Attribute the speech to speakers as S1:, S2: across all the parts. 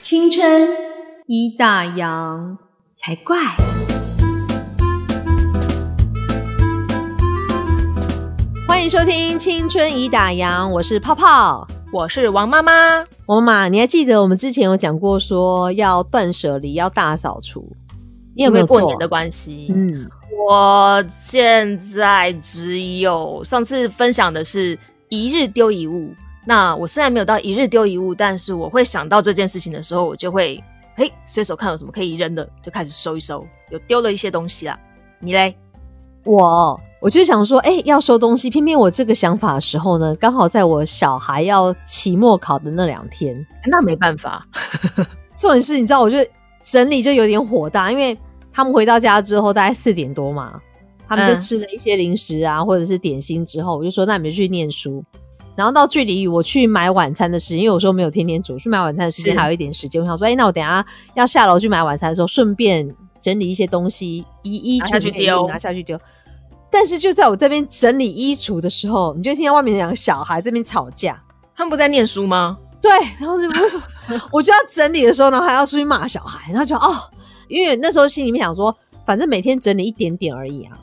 S1: 青春
S2: 一大洋。
S1: 才怪。
S2: 欢迎收听《青春已打烊》，我是泡泡。
S3: 我是王妈妈。
S2: 我妈，你还记得我们之前有讲过说要断舍离，要大扫除？你有没有
S3: 因为过
S2: 做啊
S3: 年？的关系，
S2: 嗯，
S3: 我现在只有上次分享的是一日丢一物。那我虽然没有到一日丢一物，但是我会想到这件事情的时候，我就会嘿随手看有什么可以扔的，就开始收一收，有丢了一些东西啦。你嘞？
S2: 我我就想说，哎、要收东西，偏偏我这个想法的时候呢，刚好在我小孩要期末考的那两天。
S3: 那没办法，
S2: 重点是，你知道，我就整理就有点火大，因为他们回到家之后大概四点多嘛，他们就
S3: 嗯
S2: 吃了一些零食啊，或者是点心之后，我就说那你们去念书。然后到距离我去买晚餐的时间，因为有时候没有天天煮，去买晚餐的时间
S3: 是
S2: 还有一点时间。我想说，哎，那我等一下要下楼去买晚餐的时候，顺便整理一些东西，衣衣
S3: 拿下
S2: 橱
S3: 去
S2: 内
S3: 丢
S2: 衣拿下去丢。但是就在我这边整理衣橱的时候，你就听到外面两个小孩这边吵架，
S3: 他们不在念书吗？
S2: 对，然后就为什么我就要整理的时候，然后还要出去骂小孩，然后就哦，因为那时候心里面想说，反正每天整理一点点而已啊，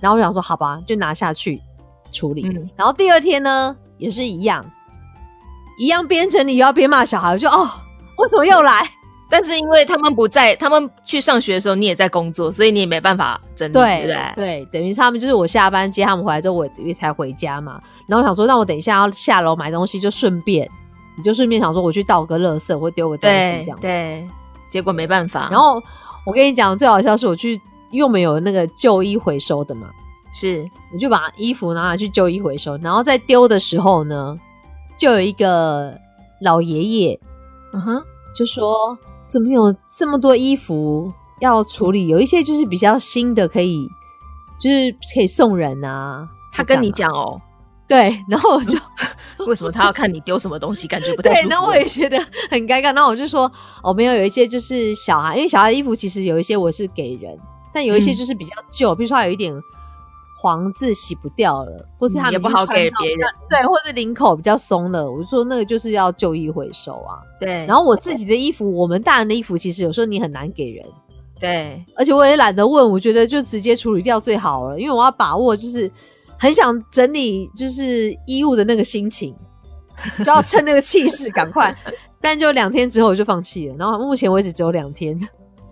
S2: 然后我想说好吧，就拿下去处理。
S3: 嗯
S2: 然后第二天呢，也是一样，一样边整理又要边骂小孩，我就哦，为什么又来？
S3: 但是因为他们不在，他们去上学的时候你也在工作，所以你也没办法整理，对不
S2: 对
S3: 对？
S2: 对，等于是他们就是我下班接他们回来之后，我也才回家嘛。然后想说，那我等一下要下楼买东西，就顺便，你就顺便想说我去倒个垃圾或丢个东西
S3: 对
S2: 这样。
S3: 对，结果没办法。
S2: 然后我跟你讲，最好笑是我去，因为我们有那个旧衣回收的嘛，
S3: 是
S2: 我就把衣服拿去旧衣回收，然后在丢的时候呢，就有一个老爷爷
S3: 嗯哼，
S2: 就说：“怎么有这么多衣服要处理？有一些就是比较新的，可以就是可以送人啊。”
S3: 他跟你讲哦，
S2: 对，然后我就
S3: 为什么他要看你丢什么东西？感觉不太
S2: 对
S3: 舒，服
S2: 那我也觉得很尴尬。那我就说，哦，没有，有一些就是小孩，因为小孩的衣服其实有一些我是给人，但有一些
S3: 嗯
S2: 就是比较旧，比如说它有一点黄字洗不掉了，或是他们
S3: 嗯也
S2: 已
S3: 不
S2: 经
S3: 好
S2: 穿
S3: 给
S2: 到
S3: 别
S2: 比较，对，或是领口比较松了，我就说那个就是要旧衣回收啊。
S3: 对，
S2: 然后我自己的衣服，我们大人的衣服，其实有时候你很难给人，
S3: 对
S2: 而且我也懒得问，我觉得就直接处理掉最好了，因为我要把握就是很想整理就是衣物的那个心情， 就要趁那个气势赶 快。但就两天之后我就放弃了，然后目前为止只有两天。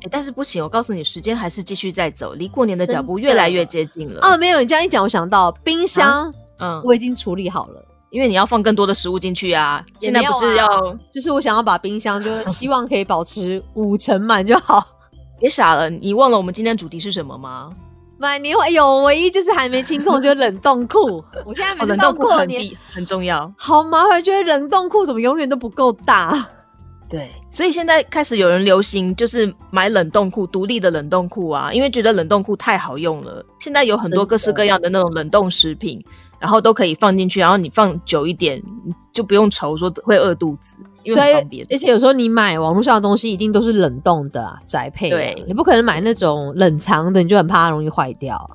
S3: 诶但是不行，我告诉你，时间还是继续在走，离过年的脚步
S2: 真的
S3: 越来越接近了。
S2: 哦，没有，你这样一讲，我想到冰箱
S3: 嗯，
S2: 我已经处理好了，
S3: 因为你要放更多的食物进去啊，
S2: 也
S3: 现
S2: 没
S3: 在
S2: 有啊
S3: 不是要
S2: 就是我想要把冰箱就希望可以保持五成满就好。
S3: 别傻了，你忘了我们今天主题是什么吗？
S2: 买年货有唯一就是还没清空，就是冷冻库。 我现在每
S3: 哦，
S2: 次
S3: 冷
S2: 到
S3: 冻库
S2: 过
S3: 很
S2: 年，
S3: 必很重要。
S2: 好麻烦，觉得冷冻库怎么永远都不够大。
S3: 对，所以现在开始有人流行就是买冷冻库，独立的冷冻库啊，因为觉得冷冻库太好用了。现在有很
S2: 真
S3: 多
S2: 的
S3: 各式各样的那种冷冻食品，然后都可以放进去，然后你放久一点，你就不用愁说会饿肚子，因为很方便。
S2: 而且有时候你买网络上的东西，一定都是冷冻的、啊、宅配的啊、
S3: 对
S2: 你不可能买那种冷藏的，你就很怕它容易坏掉啊。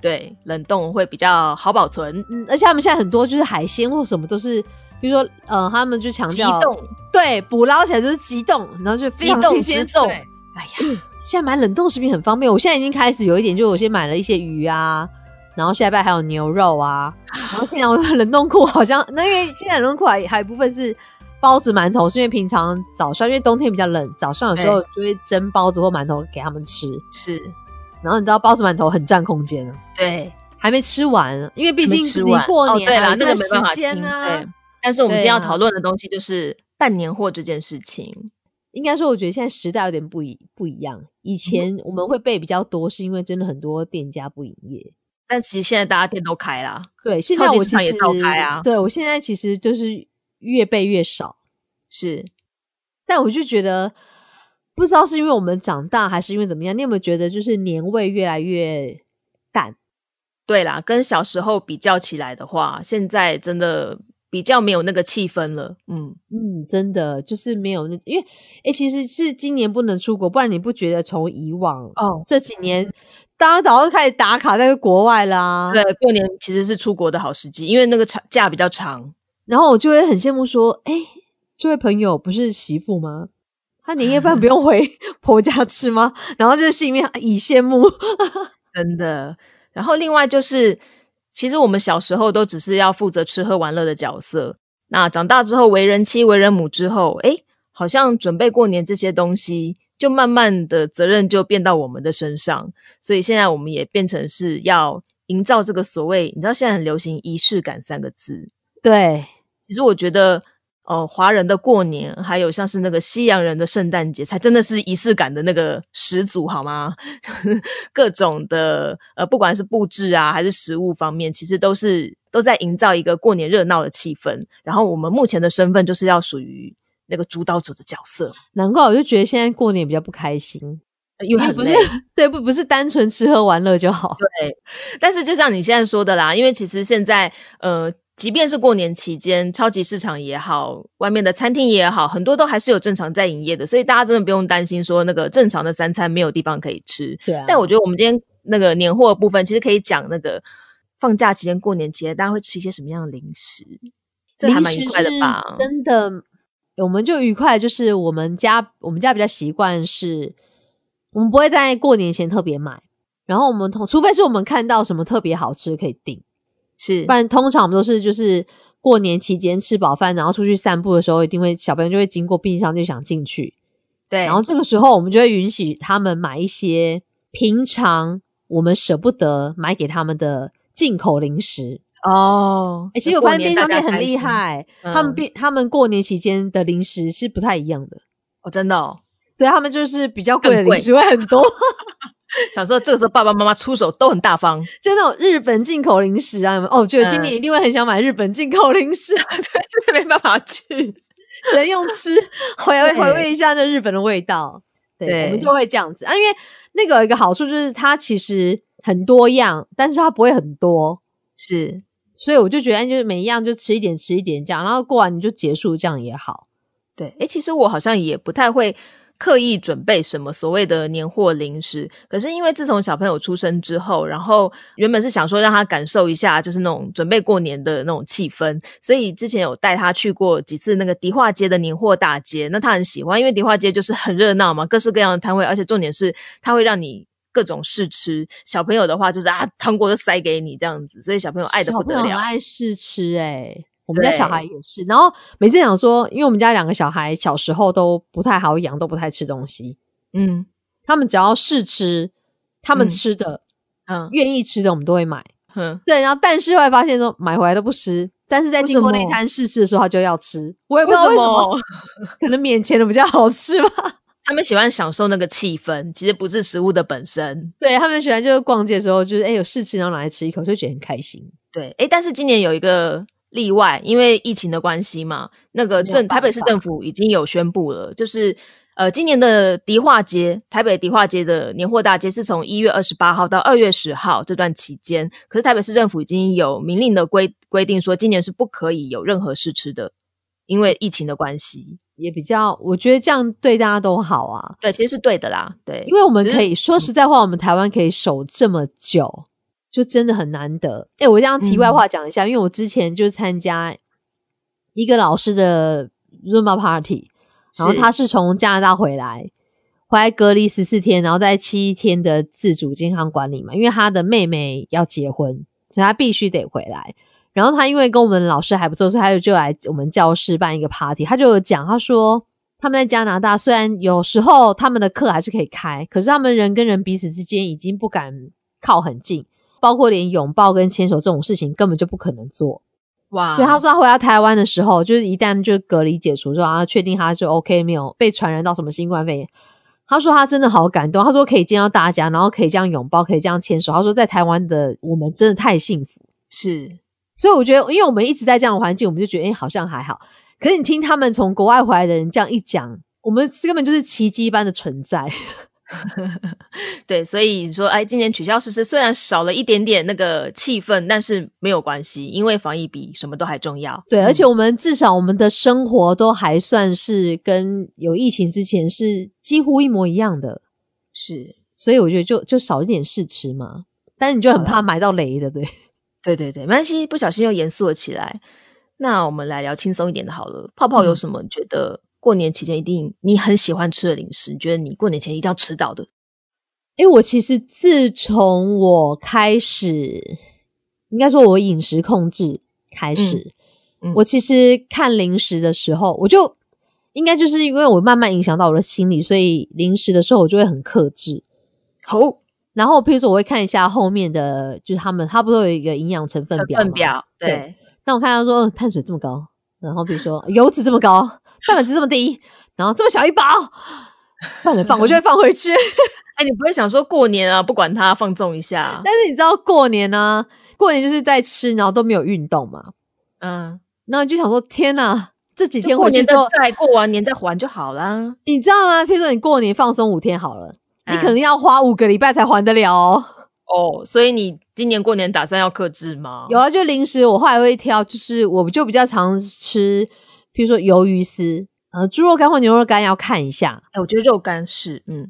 S3: 对，冷冻会比较好保 存。
S2: 嗯，而且他们现在很多就是海鲜或什么都是，比如说，呃，他们就强
S3: 急
S2: 调
S3: 冻，
S2: 对捕捞起来就是急冻，然后就非常
S3: 急冻
S2: 新鲜。
S3: 直送
S2: 对
S3: 哎呀，
S2: 现在买冷冻食品很方便，我现在已经开始有一点，就我先买了一些鱼啊，然后下礼拜还有牛肉 啊，然后现在我的冷冻库好像，那因为现在冷冻库还还有一部分是包子、馒头，是因为平常早上因为冬天比较冷，早上有时候就会蒸包子或馒头给他们吃，
S3: 是
S2: 然后你知道包子、馒头很占空间啊，
S3: 对，
S2: 还没吃完，因为毕
S3: 毕
S2: 竟
S3: 吃
S2: 你
S3: 完
S2: 过
S3: 哦、
S2: 年
S3: 对
S2: 还有
S3: 啦，
S2: 一
S3: 那个
S2: 段
S3: 没办法
S2: 时间
S3: 听
S2: 啊
S3: 对，，但是我们今天要
S2: 对啊
S3: 讨论的东西就是办年货这件事情。
S2: 应该说，我觉得现在时代有点不一不一样。
S3: 嗯
S2: 以前我们会备比较多，是因为真的很多店家不营业。
S3: 但其实现在大家店都开啦，
S2: 对，现
S3: 超
S2: 在
S3: 级
S2: 我
S3: 市
S2: 其
S3: 场也
S2: 实
S3: 照开啊
S2: 对我现在其实就是越备越少，
S3: 是
S2: 但我就觉得不知道是因为我们长大还是因为怎么样，你有没有觉得就是年味越来越淡？
S3: 对啦，跟小时候比较起来的话，现在真的比较没有那个气氛了。嗯，
S2: 嗯，真的就是没有那，因为诶、其实是今年不能出国，不然你不觉得从以往
S3: 哦，
S2: 这几年，大家早就开始打卡在国外啦，
S3: 对，过年其实是出国的好时机，因为那个长假比较长。
S2: 然后我就会很羡慕说，哎、这位朋友不是媳妇吗？他年夜饭不用回 婆家吃吗？然后就是心里面已羡慕，
S3: 真的。然后另外就是，其实我们小时候都只是要负责吃喝玩乐的角色，那长大之后为人妻、为人母之后，诶，好像准备过年这些东西，就慢慢的责任就变到我们的身上，所以现在我们也变成是要营造这个所谓，你知道现在很流行仪式感三个字，
S2: 对，
S3: 其实我觉得。哦，华人的过年，还有像是那个西洋人的圣诞节，才真的是仪式感的那个始祖，好吗？ 各种的呃，不管是布置啊，还是食物方面，其实都是都在营造一个过年热闹的气氛。然后我们目前的身份就是要属于那个主导者的角色，
S2: 难怪我就觉得现在过年比较不开心，
S3: 呃因为很
S2: 不是
S3: 累。
S2: 对不不是单纯吃喝玩乐就好，
S3: 但是就像你现在说的啦，因为其实现在呃，即便是过年期间，超级市场也好，外面的餐厅也好，很多都还是有正常在营业的，所以大家真的不用担心说那个正常的三餐没有地方可以吃。
S2: 对啊
S3: 但我觉得我们今天那个年货的部分，其实可以讲那个放假期间、过年期间，大家会吃一些什么样的零食，这还蛮愉快的吧？
S2: 零食是真的，我们就愉快。就是我们家，我们家比较习惯是，我们不会在过年前特别买，然后我们通，除非是我们看到什么特别好吃可以订，
S3: 是
S2: 不，然通常我们都是就是过年期间吃饱饭，然后出去散步的时候，一定会小朋友就会经过冰箱就想进去，
S3: 对，
S2: 然后这个时候我们就会允许他们买一些平常我们舍不得买给他们的进口零食。
S3: 哦，
S2: 欸，其实我
S3: 过
S2: 发现
S3: 年
S2: 便
S3: 大
S2: 当
S3: 家
S2: 店很
S3: 开
S2: 厉
S3: 心，
S2: 害，他们
S3: 嗯
S2: 便他们过年期间的零食是不太一样的，
S3: 哦，真的哦，
S2: 对他们就是比较贵
S3: 更
S2: 的
S3: 贵
S2: 零食会很多，
S3: 想说这个时候爸爸妈妈出手都很大方，
S2: 就那种日本进口零食啊，有没有哦，我觉得
S3: 嗯
S2: 今年一定会很想买日本进口零食，
S3: 真的没办法去。
S2: 只能用吃回味
S3: 对
S2: 回味一下那日本的味道。对，
S3: 对
S2: 我们就会这样子啊，因为那个有一个好处就是它其实很多样，但是它不会很多，
S3: 是，
S2: 所以我就觉得哎就是每一样就吃一点吃一点这样，然后过完你就结束，这样也好。
S3: 对，诶，其实我好像也不太会刻意准备什么所谓的年货零食，可是因为自从小朋友出生之后，然后原本是想说让他感受一下就是那种准备过年的那种气氛，所以之前有带他去过几次那个迪化街的年货大街，那他很喜欢，因为迪化街就是很热闹嘛，各式各样的摊位，而且重点是它会让你。各种试吃，小朋友的话就是啊，糖果就塞给你这样子，所以小朋友爱的
S2: 小
S3: 不
S2: 朋
S3: 得
S2: 友很
S3: 了。
S2: 爱试吃、哎，我们家小孩
S3: 对
S2: 也是。然后每次想说，因为我们家两个小孩小时候都不太好养，都不太吃东西，
S3: 嗯
S2: 他们只要试吃，他们
S3: 嗯
S2: 吃的、
S3: 嗯
S2: 愿意吃的，我们都会买。
S3: 哼，
S2: 对，然后但是后来发现说买回来都不吃，但是在
S3: 为
S2: 经过
S3: 什
S2: 那一
S3: 么
S2: 摊试吃的时候，他就要吃。我也不知道为什么，？可能免钱的比较好吃吧。
S3: 他们喜欢享受那个气氛，其实不是食物的本身。
S2: 对他们喜欢就是逛街的时候，就是哎、有试吃，然后拿来吃一口，就觉得很开心。
S3: 对，诶，但是今年有一个例外，因为疫情的关系嘛，那个
S2: 没有
S3: 政
S2: 办
S3: 台北市
S2: 法
S3: 政府已经有宣布了，就是呃，今年的迪化街，台北迪化街的年货大街是从一月二十八号到二月十号这段期间，可是台北市政府已经有明令的规规定说，今年是不可以有任何试吃的，因为疫情的关系。
S2: 也比较，我觉得这样对大家都好啊，
S3: 对，其实是对的啦，对，
S2: 因为我们
S3: 只是
S2: 可以说实嗯在话，我们台湾可以守这么久，就真的很难得。哎、我这样题外话讲一下，因为我之前就参加一个老师的 Zumba party，然后他是从加拿大回来，回来隔离十四天，然后在七天的自主健康管理嘛，因为他的妹妹要结婚，所以他必须得回来。然后他因为跟我们老师还不错，所以他就就来我们教室办一个 party。他就有讲，他说他们在加拿大虽然有时候他们的课还是可以开，可是他们人跟人彼此之间已经不敢靠很近，包括连拥抱跟牵手这种事情根本就不可能做。
S3: 哇，
S2: 所以他说他回到台湾的时候，就是一旦就隔离解除之后，然后确定他就 OK 没有被传染到什么新冠肺炎。他说他真的好感动，他说可以见到大家，然后可以这样拥抱，可以这样牵手。他说在台湾的我们真的太幸福，
S3: 是
S2: 所以我觉得，因为我们一直在这样的环境，我们就觉得哎、诶好像还好。可是你听他们从国外回来的人这样一讲，我们根本就是奇迹般的存在。
S3: 对，所以说，哎，今年取消实施虽然少了一点点那个气氛，但是没有关系，因为防疫比什么都还重要。
S2: 对，而且
S3: 嗯
S2: 我们至少我们的生活都还算是跟有疫情之前是几乎一模一样的。
S3: 是，
S2: 所以我觉得就就少一点试吃嘛。但是你就很怕买到雷的，对？
S3: 对对对，没关系，不小心又严肃了起来。那我们来聊轻松一点的好了。泡泡有
S2: 嗯
S3: 什么觉得过年期间一定你很喜欢吃的零食，你觉得你过年前一定要吃到的？
S2: 哎、我其实自从我开始，应该说我饮食控制开始，
S3: 嗯嗯
S2: 我其实看零食的时候，我就应该就是因为我慢慢影响到我的心理，所以零食的时候我就会很克制。
S3: 好，
S2: 然后，譬如说，我会看一下后面的，就是他们，他不都有一个营养成分
S3: 成
S2: 表？
S3: 分。表，
S2: 对
S3: 对，
S2: 那我看到说、嗯碳水这么高，然后比如说油脂这么高，蛋白质这么低，然后这么小一包，算了，放我就会放回去。
S3: 哎，你不会想说过年啊，不管它，放纵一下？
S2: 但是你知道过年呢、过年就是在吃，然后都没有运动嘛，
S3: 嗯，
S2: 然后你就想说天哪，这几天
S3: 就过
S2: 回去
S3: 年
S2: 之
S3: 再
S2: 后，
S3: 再过完年再还就好啦。
S2: 你知道吗？譬如说你过年放松五天好了，你
S3: 嗯
S2: 可能要花五个礼拜才还得了哦。
S3: 哦，所以你今年过年打算要克制吗？
S2: 有啊，就零食我后来会挑，就是我就比较常吃，譬如说鱿鱼丝，呃，猪肉干或牛肉干要看一下，
S3: 哎，我觉得肉干是，嗯，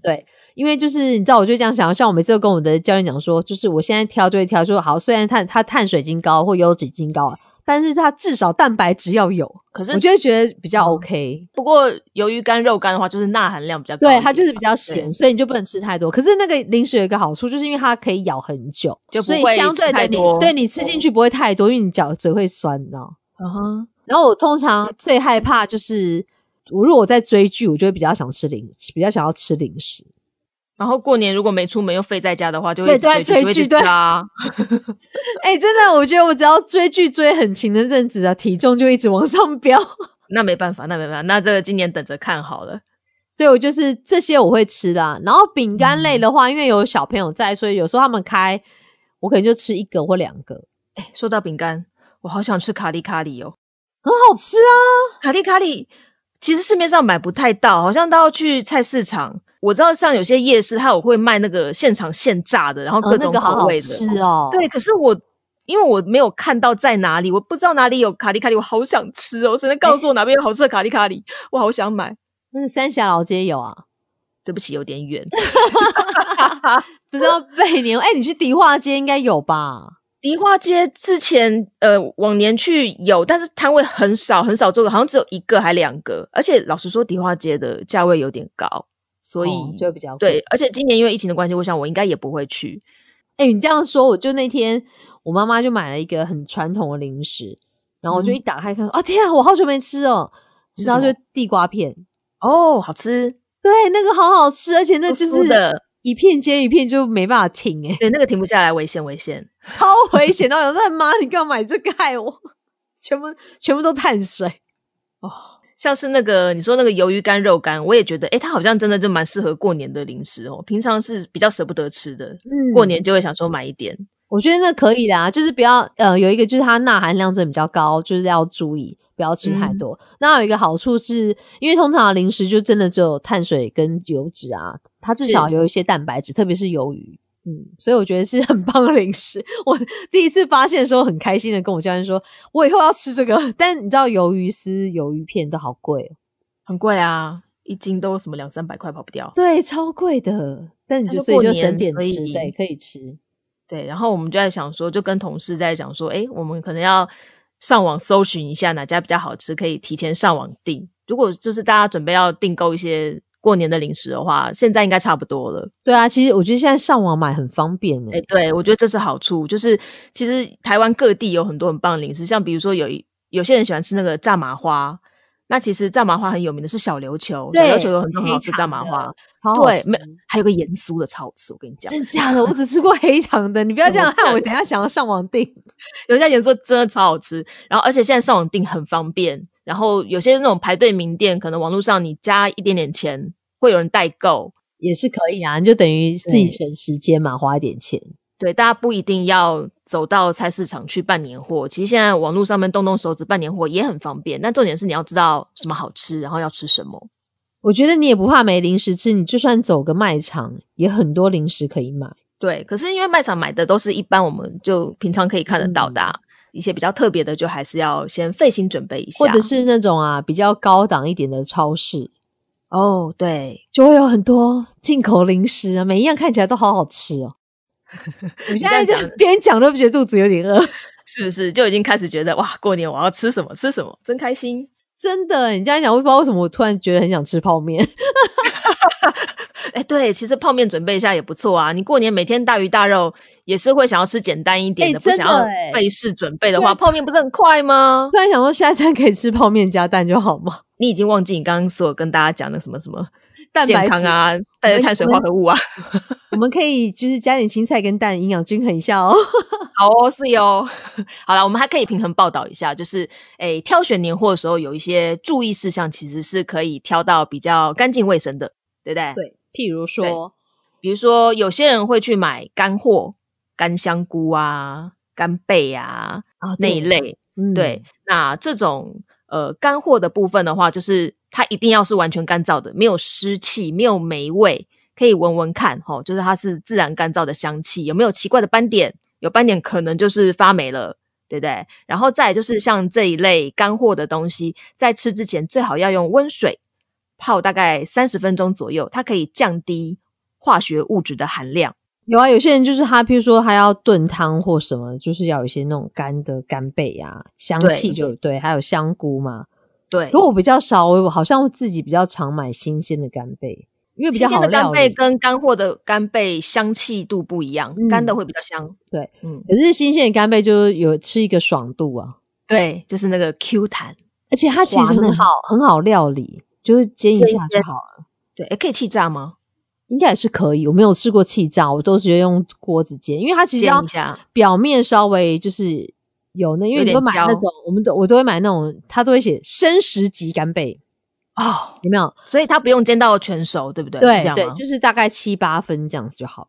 S2: 因为就是你知道，我就这样想，像我每次都跟我的教练讲说，就是我现在挑就会挑说好，虽然碳它碳水精高或油脂精高，但是它至少蛋白质要有，
S3: 可是
S2: 我就会觉得比较
S3: 嗯
S2: OK。
S3: 不过鱿鱼干、肉干的话，就是钠含量比较高一
S2: 对，
S3: 点，
S2: 它就是比较咸，
S3: 对
S2: 所以你就不能吃太多。可是那个零食有一个好处，就是因为它可以咬很久，
S3: 就不
S2: 所以
S3: 会
S2: 相对的
S3: 吃太
S2: 你
S3: 多
S2: 对你吃进去不会太多，因为你嚼嘴会酸，你知道。
S3: 嗯哼，
S2: 然后我通常最害怕就是，我如果我在追剧，我就会比较想吃零，比较想要吃零食。
S3: 然后过年如果没出门又废在家的话，就会
S2: 对
S3: 一直
S2: 都在追
S3: 就会一直
S2: 剧对
S3: 吃啊。
S2: 哎、真的，我觉得我只要追剧追很勤的阵子啊，体重就一直往上飙。
S3: 那没办法，那没办法，那这个今年等着看好了。
S2: 所以我就是这些我会吃的啊、然后饼干类的话，因为有小朋友在，所以有时候他们开，我可能就吃一个或两个，
S3: 哎，说到饼干，我好想吃卡里卡里哦，
S2: 很好吃啊。
S3: 卡里卡里其实市面上买不太到，好像都要去菜市场。我知道像有些夜市，它有会卖那个现场现炸的，然后各
S2: 哦那
S3: 种
S2: 个好
S3: 口
S2: 好
S3: 味的。
S2: 吃哦。，
S3: 对，可是我因为我没有看到在哪里，我不知道哪里有卡里卡里，我好想吃哦！谁能告诉我哪边有好吃的卡里卡里？我好想买。
S2: 那个三峡老街有啊，
S3: 对不起，有点 远。
S2: 不知道
S3: 嗯
S2: 贝年。哎、你去迪化街应该有吧？
S3: 迪化街之前呃往年去有，但是摊位很少很少做的，好像只有一个还两个。而且老实说，迪化街的价位有点高，所以、
S2: 哦就会比较贵
S3: 对。而且今年因为疫情的关系，我想我应该也不会去。
S2: 哎、你这样说，我就那天我妈妈就买了一个很传统的零食，然后我就
S3: 嗯
S2: 一打开看，啊天啊，我好久没吃哦，
S3: 是
S2: 然后
S3: 什么
S2: 就地瓜片，
S3: 哦，好吃，
S2: 对，那个好好吃，而且那就
S3: 酥酥
S2: 是
S3: 的，
S2: 一片接一片，就没办法停、欸，
S3: 对，那个停不下来，危险危险。
S2: 超危险。然后我在 妈，你干嘛买这个害我？ 全部全部都碳水，
S3: 像是那个你说那个鱿鱼干、肉干，我也觉得，诶，它好像真的就蛮适合过年的零食哦。平常是比较舍不得吃的，
S2: 嗯
S3: 过年就会想说买一点。
S2: 我觉得那可以的啊，就是不要呃，有一个就是它钠含量真的比较高，就是要注意不要吃太多。那有一个好处是，因为通常零食就真的只有碳水跟油脂啊，它至少有一些蛋白质，特别是鱿鱼。嗯，所以我觉得是很棒的零食。我 第一次发现的时候，很开心的跟我教练说，我以后要吃这个。 但你知道，鱿鱼丝、鱿鱼片都好贵哦，
S3: 很贵啊，一斤都什么两三百块跑不掉。
S2: 对，超贵的。但你
S3: 但
S2: 就是所以
S3: 过
S2: 就
S3: 年
S2: 省点
S3: 可
S2: 吃，
S3: 以
S2: 对，可以吃。
S3: 对，然后我们就在想说，就跟同事在讲说，诶，我们可能要上网搜寻一下哪家比较好吃，可以提前上网订。如果就是大家准备要订购一些过年的零食的话，现在应该差不多了。
S2: 对啊，其实我觉得现在上网买很方便欸诶、
S3: 诶，对，我觉得这是好处，就是其实台湾各地有很多很棒的零食，像比如说有一有些人喜欢吃那个炸麻花，那其实炸麻花很有名的是小琉球，小
S2: 对
S3: 琉球有很多很
S2: 黑
S3: 好吃的炸
S2: 糖
S3: 麻
S2: 的
S3: 花，
S2: 好好
S3: 对，
S2: 吃
S3: 没还有个盐酥的超好吃，我跟你讲。
S2: 真假的？我只吃过黑糖的，你不要这样害 我，等一下想要上网订。
S3: 有家盐酥真的超好吃，然后而且现在上网订很方便，然后有些那种排队名店，可能网络上你加一点点钱，会有人代购。
S2: 也是可以啊，你就等于自己省时间嘛，花一点钱。
S3: 对，大家不一定要走到菜市场去办年货，其实现在网络上面动动手指办年货也很方便。但重点是你要知道什么好吃，然后要吃什么。
S2: 我觉得你也不怕没零食吃，你就算走个卖场，也很多零食可以买。
S3: 对，可是因为卖场买的都是一般我们就平常可以看得到的啊、
S2: 嗯
S3: 一些比较特别的就还是要先费心准备一下。
S2: 或者是那种啊比较高档一点的超市，
S3: 哦，对，
S2: 就会有很多进口零食啊，每一样看起来都好好吃哦。我现在
S3: 这
S2: 就
S3: 样讲
S2: 边讲都觉得肚子有点饿。
S3: 是不是就已经开始觉得哇，过年我要吃什么吃什么，真开心。
S2: 真的，你这样一讲，我也不知道为什么我突然觉得很想吃泡面。
S3: 哎、对，其实泡面准备一下也不错啊。你过年每天大鱼大肉，也是会想要吃简单一点
S2: 哎
S3: 的，不
S2: 真
S3: 想
S2: 的
S3: 要
S2: 哎
S3: 费事准备的
S2: 对
S3: 话，泡面不是很快吗？
S2: 突然想说，下一餐可以吃泡面加蛋就好吗？
S3: 你已经忘记你刚刚所有跟大家讲的什么什么
S2: 蛋白
S3: 健
S2: 质
S3: 康，啊，呃，
S2: 们
S3: 碳水
S2: 我们
S3: 化合物啊。
S2: 我们可以就是加点青菜跟蛋，营养均衡一下哦。
S3: 好哦，是哟。 好了，我们还可以平衡报道一下，就是诶，挑选年货的时候有一些注意事项，其实是可以挑到比较干净卫生的，对 不对？
S2: 对，譬如
S3: 对，比如说有些人会去买干货，干香菇啊、干贝啊
S2: 啊
S3: 那一，类。
S2: 嗯
S3: 对，，那这种呃干货的部分的话，就是它一定要是完全干燥的，没有湿气，没有霉味，可以闻闻看哈、吼就是它是自然干燥的香气，有没有奇怪的斑点？有斑点可能就是发霉了。对不对？然后再来就是像这一类干货的东西，在吃之前最好要用温水泡大概三十分钟左右，它可以降低化学物质的含量。
S2: 有啊，有些人就是他，譬如说他要炖汤或什么，就是要有一些那种干的干贝啊，香
S3: 对
S2: 气就对，还有香菇嘛。
S3: 对，
S2: 可我比较少，我好像自己比较常买新鲜的干贝，因为比较
S3: 新鲜
S2: 好
S3: 的干
S2: 料
S3: 贝
S2: 理。
S3: 跟干货的干贝香气度不一样，干的
S2: 嗯
S3: 会比较香。
S2: 对，
S3: 嗯，
S2: 可是新鲜的干贝就是有吃一个爽度啊，
S3: 对，就是那个 Q 弹，
S2: 而且它其
S3: 滑
S2: 实很
S3: 嫩
S2: 好，很好料理，就是煎一
S3: 煎一
S2: 下就
S3: 煎
S2: 好了，
S3: 对，诶可以气炸吗？
S2: 应该也是可以。我没有吃过气炸，我都是用锅子煎，因为它其实
S3: 煎
S2: 要
S3: 一下，
S2: 表面稍微就是有那，因为你
S3: 有点
S2: 都买那
S3: 焦
S2: 种，我们都我都会买那种，它都会写生食级干贝，
S3: 哦，
S2: 有没有？
S3: 所以它不用煎到全熟，对不对？是这
S2: 对
S3: 样
S2: 对
S3: 吗，？
S2: 就是大概七八分这样子就好。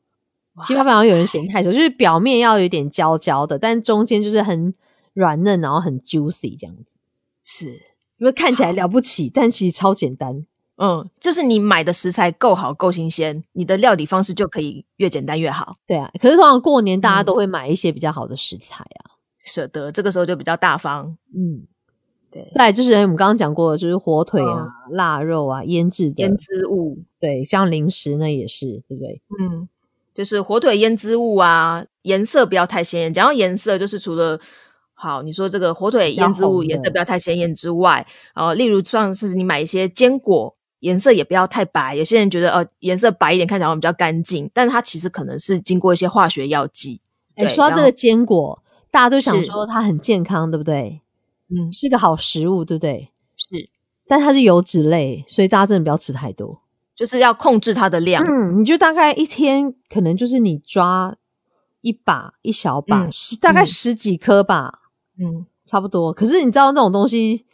S3: 哇
S2: 七八分好像有人嫌太熟，就是表面要有点焦焦的，但中间就是很软嫩，然后很 juicy 这样子。
S3: 是，
S2: 因为看起来了不起，但其实超简单。
S3: 嗯，就是你买的食材够好、够新鲜，你的料理方式就可以越简单越好。
S2: 对啊，可是通常过年大家
S3: 嗯
S2: 都会买一些比较好的食材啊。
S3: 舍得，这个时候就比较大方。
S2: 嗯，
S3: 对，嗯
S2: 再来就是哎我们刚刚讲过的，就是火腿啊、腊肉啊、腌制的
S3: 腌，制物，
S2: 对，像零食那也是，对不对？
S3: 嗯，就是火腿腌制物啊，颜色不要太鲜艳。讲到颜色，就是除了好，你说这个火腿
S2: 比较
S3: 腌制物
S2: 红
S3: 颜色
S2: 的
S3: 不要太鲜艳之外，呃，例如像是你买一些坚果，颜色也不要太白。有些人觉得呃颜色白一点看起来好像比较干净，但它其实可能是经过一些化学药剂。
S2: 哎，
S3: 对
S2: 说到
S3: 然
S2: 这
S3: 后
S2: 个坚果，大家都想
S3: 是
S2: 说它很健康，对不对？
S3: 嗯，
S2: 是个好食物，对不对？
S3: 是，
S2: 但它是油脂类，所以大家真的不要吃太多。
S3: 就是要控制它的量。
S2: 嗯，你就大概一天可能就是你抓一把一小把，
S3: 嗯
S2: 十大概
S3: 嗯
S2: 十几颗吧，
S3: 嗯，
S2: 差不多。可是你知道那种东西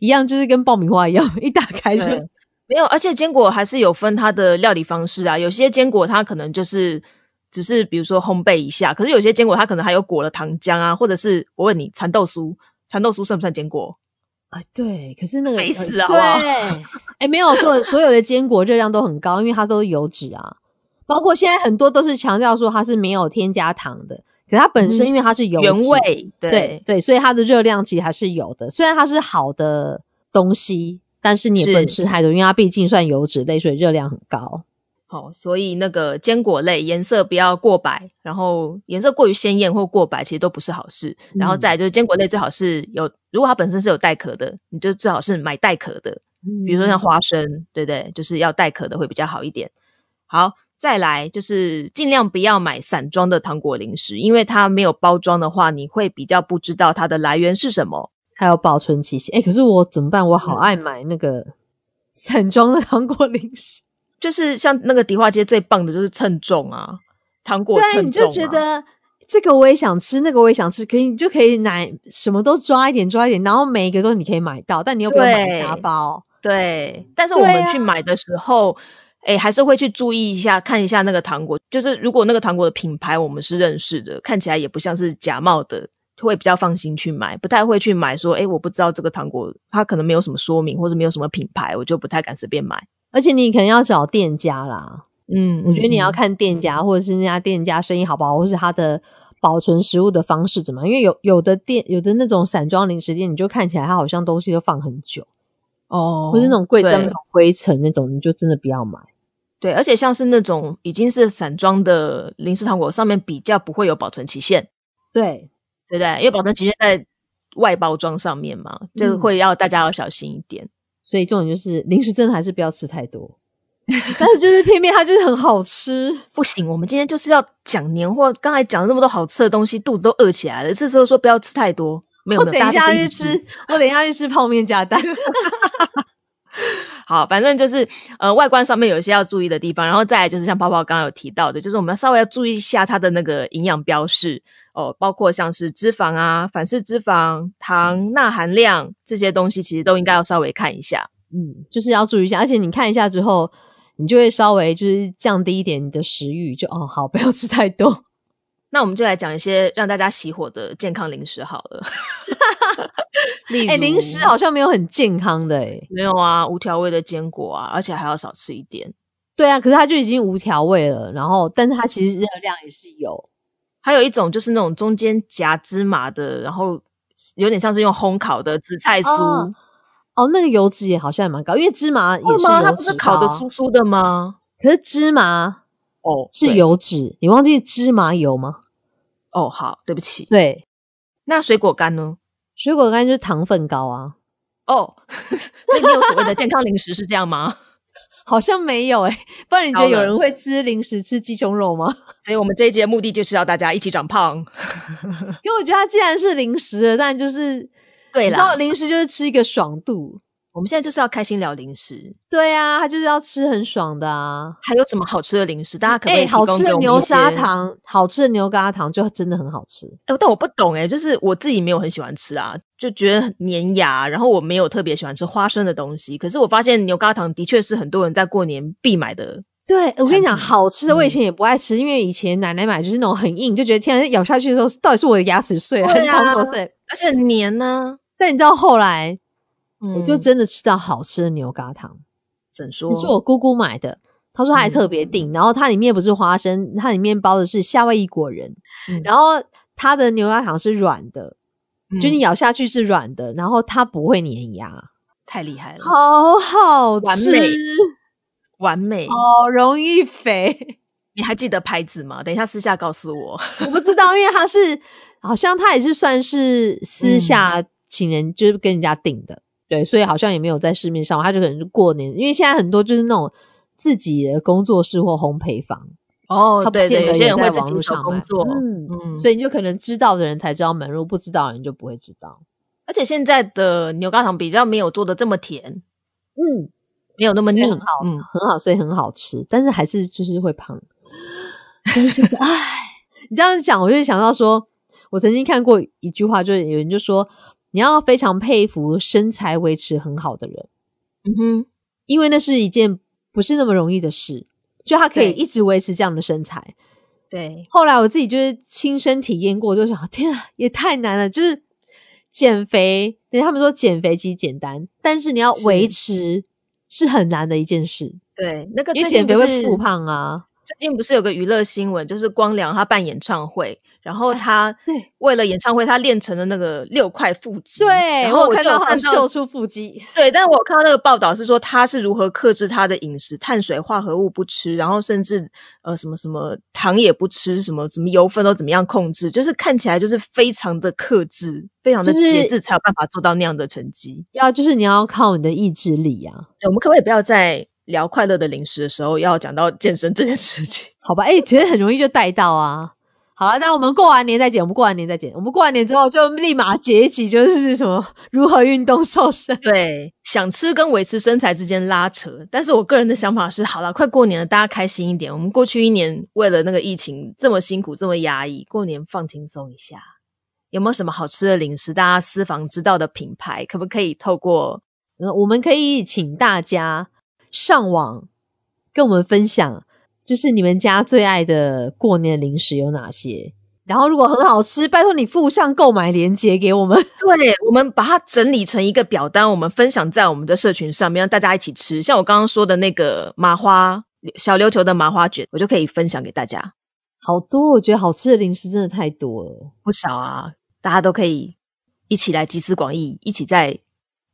S2: 一样，就是跟爆米花一样，一打开就
S3: 对没有，而且坚果还是有分它的料理方式啊。有些坚果它可能就是只是比如说烘焙一下，可是有些坚果它可能还有裹了糖浆啊，或者是我问你蚕豆酥，蚕豆酥算不算坚果？
S2: 啊，对。可是那个
S3: 肥
S2: 呃
S3: 死了好不好
S2: 对，哎、没有所有所有的坚果热量都很高，因为它都是油脂啊。包括现在很多都是强调说它是没有添加糖的，可它本身
S3: 嗯
S2: 因为它是油
S3: 原
S2: 脂
S3: 味，对
S2: 对对，所以它的热量其实还是有的。虽然它是好的东西，但是你也不
S3: 是
S2: 能吃太多，因为它毕竟算油脂类，所以热量很高。
S3: 好、所以那个坚果类颜色不要过白，然后颜色过于鲜艳或过白，其实都不是好事。然后
S2: 嗯
S3: 再来就是坚果类最好是有，如果它本身是有带壳的，你就最好是买带壳的，嗯比
S2: 嗯
S3: 如说像花生，对不对？就是要带壳的会比较好一点。好，再来就是尽量不要买散装的糖果零食，因为它没有包装的话，你会比较不知道它的来源是什么。
S2: 还有保存期限，哎、可是我怎么办？我
S3: 嗯
S2: 好爱买那个散装的糖果零食，
S3: 就是像那个迪化街最棒的就是称重啊，糖果
S2: 对，
S3: 称
S2: 你
S3: 重、
S2: 就
S3: 啊，
S2: 觉得。这个我也想吃，那个我也想吃，可以你就可以买什么都抓一点，抓一点，然后每一个都你可以买到，但你又不用买一大
S3: 对
S2: 包。
S3: 对，但是
S2: 对
S3: 我们
S2: 啊
S3: 去买的时候，哎、还是会去注意一下，看一下那个糖果。就是如果那个糖果的品牌我们是认识的，看起来也不像是假冒的，会比较放心去买，不太会去买说，哎、我不知道这个糖果它可能没有什么说明，或者没有什么品牌，我就不太敢随便买。
S2: 而且你可能要找店家啦，
S3: 嗯，
S2: 我觉得你要
S3: 嗯
S2: 看店家，或者是那家店家生意好不好，或是它的保存食物的方式怎么样。因为有有的店，有的那种散装零食店，你就看起来它好像东西都放很久，
S3: 哦，
S2: 或是那种柜子上面
S3: 对
S2: 有灰尘那种，你就真的不要买。
S3: 对，而且像是那种已经是散装的零食糖果，上面比较不会有保存期限，
S2: 对，
S3: 对不对？因为保存期限在外包装上面嘛，这个
S2: 嗯
S3: 会要大家要小心一点。
S2: 所以重点就是零食真的还是不要吃太多， 但是就是偏偏它就是很好吃，
S3: 不行，我们今天就是要讲年货。刚才讲了那么多好吃的东西，肚子都饿起来了。这时候说不要吃太多，没有
S2: 我
S3: 没
S2: 等
S3: 有，大
S2: 一
S3: 家
S2: 下
S3: 就是
S2: 去
S3: 一直吃。
S2: 吃，我等一下去吃泡面加蛋。
S3: 好，反正就是呃，外观上面有一些要注意的地方，然后再来就是像泡泡刚刚有提到的，就是我们要稍微要注意一下它的那个营养标示哦，包括像是脂肪啊、反式脂肪、糖、钠含量这些东西，其实都应该要稍微看一下。
S2: 嗯，就是要注意一下，而且你看一下之后，你就会稍微就是降低一点你的食欲，就哦好，不要吃太多。
S3: 那我们就来讲一些让大家熄火的健康零食好了。 例
S2: 哎、
S3: 如
S2: 零食好像没有很健康的哎、
S3: 没有啊，无调味的坚果啊，而且还要少吃一点。
S2: 对啊，可是它就已经无调味了，然后但是它其实热量也是有，
S3: 还有一种就是那种中间夹芝麻的，然后有点像是用烘烤的紫菜酥。
S2: 哦哦，那个油脂也好像也蛮高，因为芝麻也是油
S3: 会
S2: 脂、
S3: 哦吗？它不是烤的酥，酥的吗？
S2: 可是芝麻
S3: 哦，
S2: 是
S3: 对
S2: 油脂，你忘记芝麻油吗？
S3: 哦。好，对不起。
S2: 对，
S3: 那水果干呢？
S2: 水果干就是糖分高啊，
S3: 哦， 所以没有所谓的健康零食是这样吗？
S2: 好像没有哎、不然你觉得
S3: 高
S2: 有
S3: 了
S2: 人会吃零食吃鸡胸肉吗？
S3: 所以我们这一集的目的就是要大家一起长胖。
S2: 因为我觉得它既然是零食了，但就是
S3: 对
S2: 然后，零食就是吃一个爽度。
S3: 我们现在就是要开心聊零食，
S2: 对啊，它就是要吃很爽的啊。
S3: 还有什么好吃的零食？大家可不
S2: 哎、
S3: 可以提
S2: 好
S3: 供
S2: 吃
S3: 给
S2: 的
S3: 我们
S2: 牛
S3: 一些
S2: 轧？糖，好吃的牛轧糖就真的很好吃。
S3: 哎、但我不懂哎、就是我自己没有很喜欢吃啊，就觉得很粘牙，然后我没有特别喜欢吃花生的东西。可是我发现牛轧糖的确是很多人在过年必买的。
S2: 对，我跟你讲，
S3: 产品
S2: 好吃的我以
S3: 嗯
S2: 前也不爱吃，因为以前奶奶买就是那种很硬，就觉得天啊，咬下去的时候到底是我的牙齿碎了还是
S3: 对啊
S2: 糖果碎？
S3: 而且很黏呢、
S2: 但你知道后来，
S3: 嗯，
S2: 我就真的吃到好吃的牛轧糖，
S3: 怎说？
S2: 那是我姑姑买的。她说她还特别订，然后它里面不是花生，它里面包的是夏威夷果仁，
S3: 嗯
S2: 然后它的牛轧糖是软的，就
S3: 嗯
S2: 你咬下去是软的，然后它不会粘牙，
S3: 太厉害了，
S2: 好好
S3: 完
S2: 吃，
S3: 美完美！
S2: 好容易肥。
S3: 你还记得牌子吗？等一下私下告 诉我。
S2: 我不知道，因为它是好像它也是算是私下请人，就是跟人家订的，对，所以好像也没有在市面上，它就可能是过年，因为现在很多就是那种自己的工作室或烘焙坊，
S3: 哦
S2: 它，不
S3: 对
S2: 见
S3: 对，
S2: 得
S3: 有些人
S2: 在
S3: 会自
S2: 网
S3: 己
S2: 络
S3: 手
S2: 上
S3: 工
S2: 买
S3: 作，
S2: 嗯。
S3: 嗯，
S2: 所以你就可能知道的人才知道门路，不知道的人就不会知道。
S3: 而且现在的牛轧糖比较没有做的这么甜，
S2: 嗯，
S3: 没有那么
S2: 所以
S3: 腻，
S2: 很好
S3: 嗯，
S2: 很好，所以很好吃，但是还是就是会胖。但是就是唉，你这样讲，我就想到说，我曾经看过一句话，就是有人就说，你要非常佩服身材维持很好的人，
S3: 嗯哼，
S2: 因为那是一件不是那么容易的事，就他可以
S3: 对
S2: 一直维持这样的身材。
S3: 对，
S2: 后来我自己就是亲身体验过，就想天啊，也太难了，就是减肥。对他们说减肥其实简单，但是你要
S3: 是
S2: 维持是很难的一件事，
S3: 对，那个
S2: 因为
S3: 最
S2: 减
S3: 近
S2: 肥
S3: 不
S2: 会
S3: 是
S2: 复胖啊。
S3: 最近不是有个娱乐新闻，就是光良他办演唱会，然后他
S2: 哎对
S3: 为了演唱会，他练成了那个六块腹肌，
S2: 对，
S3: 然后
S2: 有
S3: 我
S2: 看
S3: 就
S2: 到
S3: 有
S2: 他
S3: 看到
S2: 秀出腹肌，
S3: 对，但我有看到那个报道是说他是如何克制他的饮食，碳水化合物不吃，然后甚至呃什么什么糖也不吃，什么什么油分都怎么样控制，就是看起来就是非常的克制，非常的
S2: 就是
S3: 节制，才有办法做到那样的成绩。
S2: 要就是你要靠你的意志力啊，
S3: 对我们可不可以不要在聊快乐的零食的时候要讲到健身这件事情？
S2: 好吧？哎、其实很容易就带到啊。好了，那我们过完年再减，我们过完年再减，我们过完年之后就立马结一起，就是什么如何运动瘦身。
S3: 对，想吃跟维持身材之间拉扯，但是我个人的想法是，好了，快过年了，大家开心一点。我们过去一年为了那个疫情这么辛苦，这么压抑，过年放轻松一下。有没有什么好吃的零食？大家私房知道的品牌，可不可以透过
S2: 呃，我们可以请大家上网跟我们分享，就是你们家最爱的过年零食有哪些。然后如果很好吃，拜托你附上购买链接给我们。
S3: 对我们把它整理成一个表单，我们分享在我们的社群上面，让大家一起吃？像我刚刚说的那个麻花小琉球的麻花卷，我就可以分享给大家，
S2: 好多，我觉得好吃的零食真的太多了。
S3: 不少啊，大家都可以一起来集思广益，一起在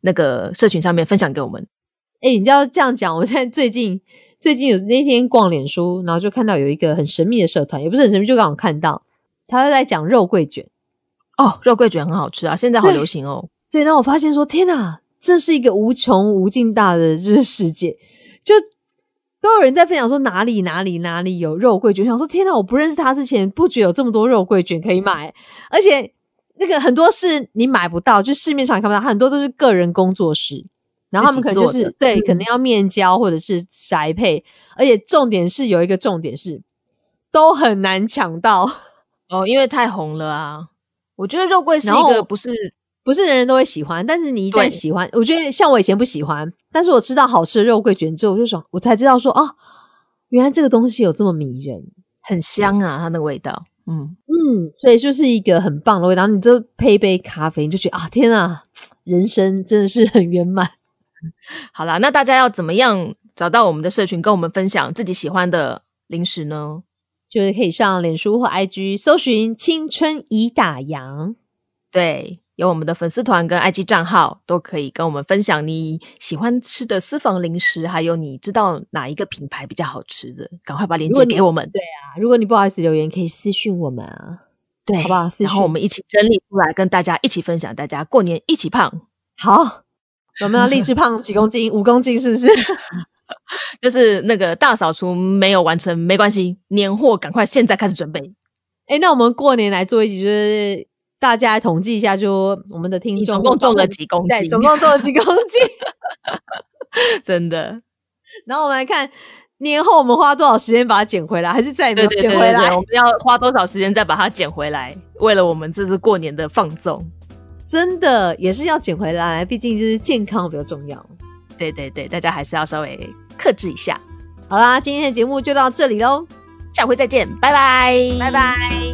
S3: 那个社群上面分享给我们。
S2: 哎、你知道这样讲，我现在最近最近有那天逛脸书，然后就看到有一个很神秘的社团，也不是很神秘，就刚好看到他在讲肉桂卷，
S3: 哦，肉桂卷很好吃啊，现在好流行哦。
S2: 对，然后我发现说，天哪，这是一个无穷无尽大的就是世界，就都有人在分享说哪里哪里哪里有肉桂卷，想说天哪，我不认识他之前不觉得有这么多肉桂卷可以买，而且那个很多是你买不到，就市面上也看不到，很多都是个人工作室。然后他们可能就
S3: 自己
S2: 是
S3: 做的
S2: 对，
S3: 嗯
S2: 可能要面交或者是宅配，而且重点是有一个重点是都很难抢到，
S3: 哦，因为太红了啊。我觉得肉桂是
S2: 然
S3: 一
S2: 后
S3: 个不是
S2: 不是人人都会喜欢，但是你一旦
S3: 对
S2: 喜欢，我觉得像我以前不喜欢，但是我吃到好吃的肉桂卷之后，我就想，我才知道说啊，原来这个东西有这么迷人。
S3: 很香啊，它那个味道。嗯，
S2: 嗯，所以就是一个很棒的味道。你就配一杯咖啡，你就觉得啊，天啊，人生真的是很圆满。
S3: 好啦，那大家要怎么样找到我们的社群，跟我们分享自己喜欢的零食呢？
S2: 就是可以上脸书或 IG 搜寻“青春已打烊
S3: 对，有我们的粉丝团跟 IG 账号，都可以跟我们分享你喜欢吃的私房零食，还有你知道哪一个品牌比较好吃的，赶快把链
S2: 如果
S3: 接
S2: 你
S3: 给我们。”
S2: 啊。如果你不好意思留言，可以私讯我们啊，
S3: 对，
S2: 好不好？私
S3: 然
S2: 讯
S3: 后我们一起整理出来，跟大家一起分享，大家过年一起胖，
S2: 好。我们要励志胖几公斤？五公斤是不是？
S3: 就是那个大扫除没有完成没关系，年货赶快现在开始准备。
S2: 哎、那我们过年来做一集，就是大家来统计一下，就我们的听
S3: 你
S2: 众
S3: 总共重了几公
S2: 对，
S3: 斤？
S2: 总共重了几公斤？
S3: 真的，
S2: 然后我们来看年后我们花多少时间把它捡回来，还是再也没
S3: 对
S2: 有捡
S3: 对对对
S2: 回
S3: 对，
S2: 来
S3: 我？们要花多少时间再把它捡回来？为了我们这次过年的放纵，
S2: 真的也是要捡回来，毕竟就是健康比较重要。
S3: 对对对，大家还是要稍微克制一下。
S2: 好啦，今天的节目就到这里喽，
S3: 下回再见，拜拜，
S2: 拜拜。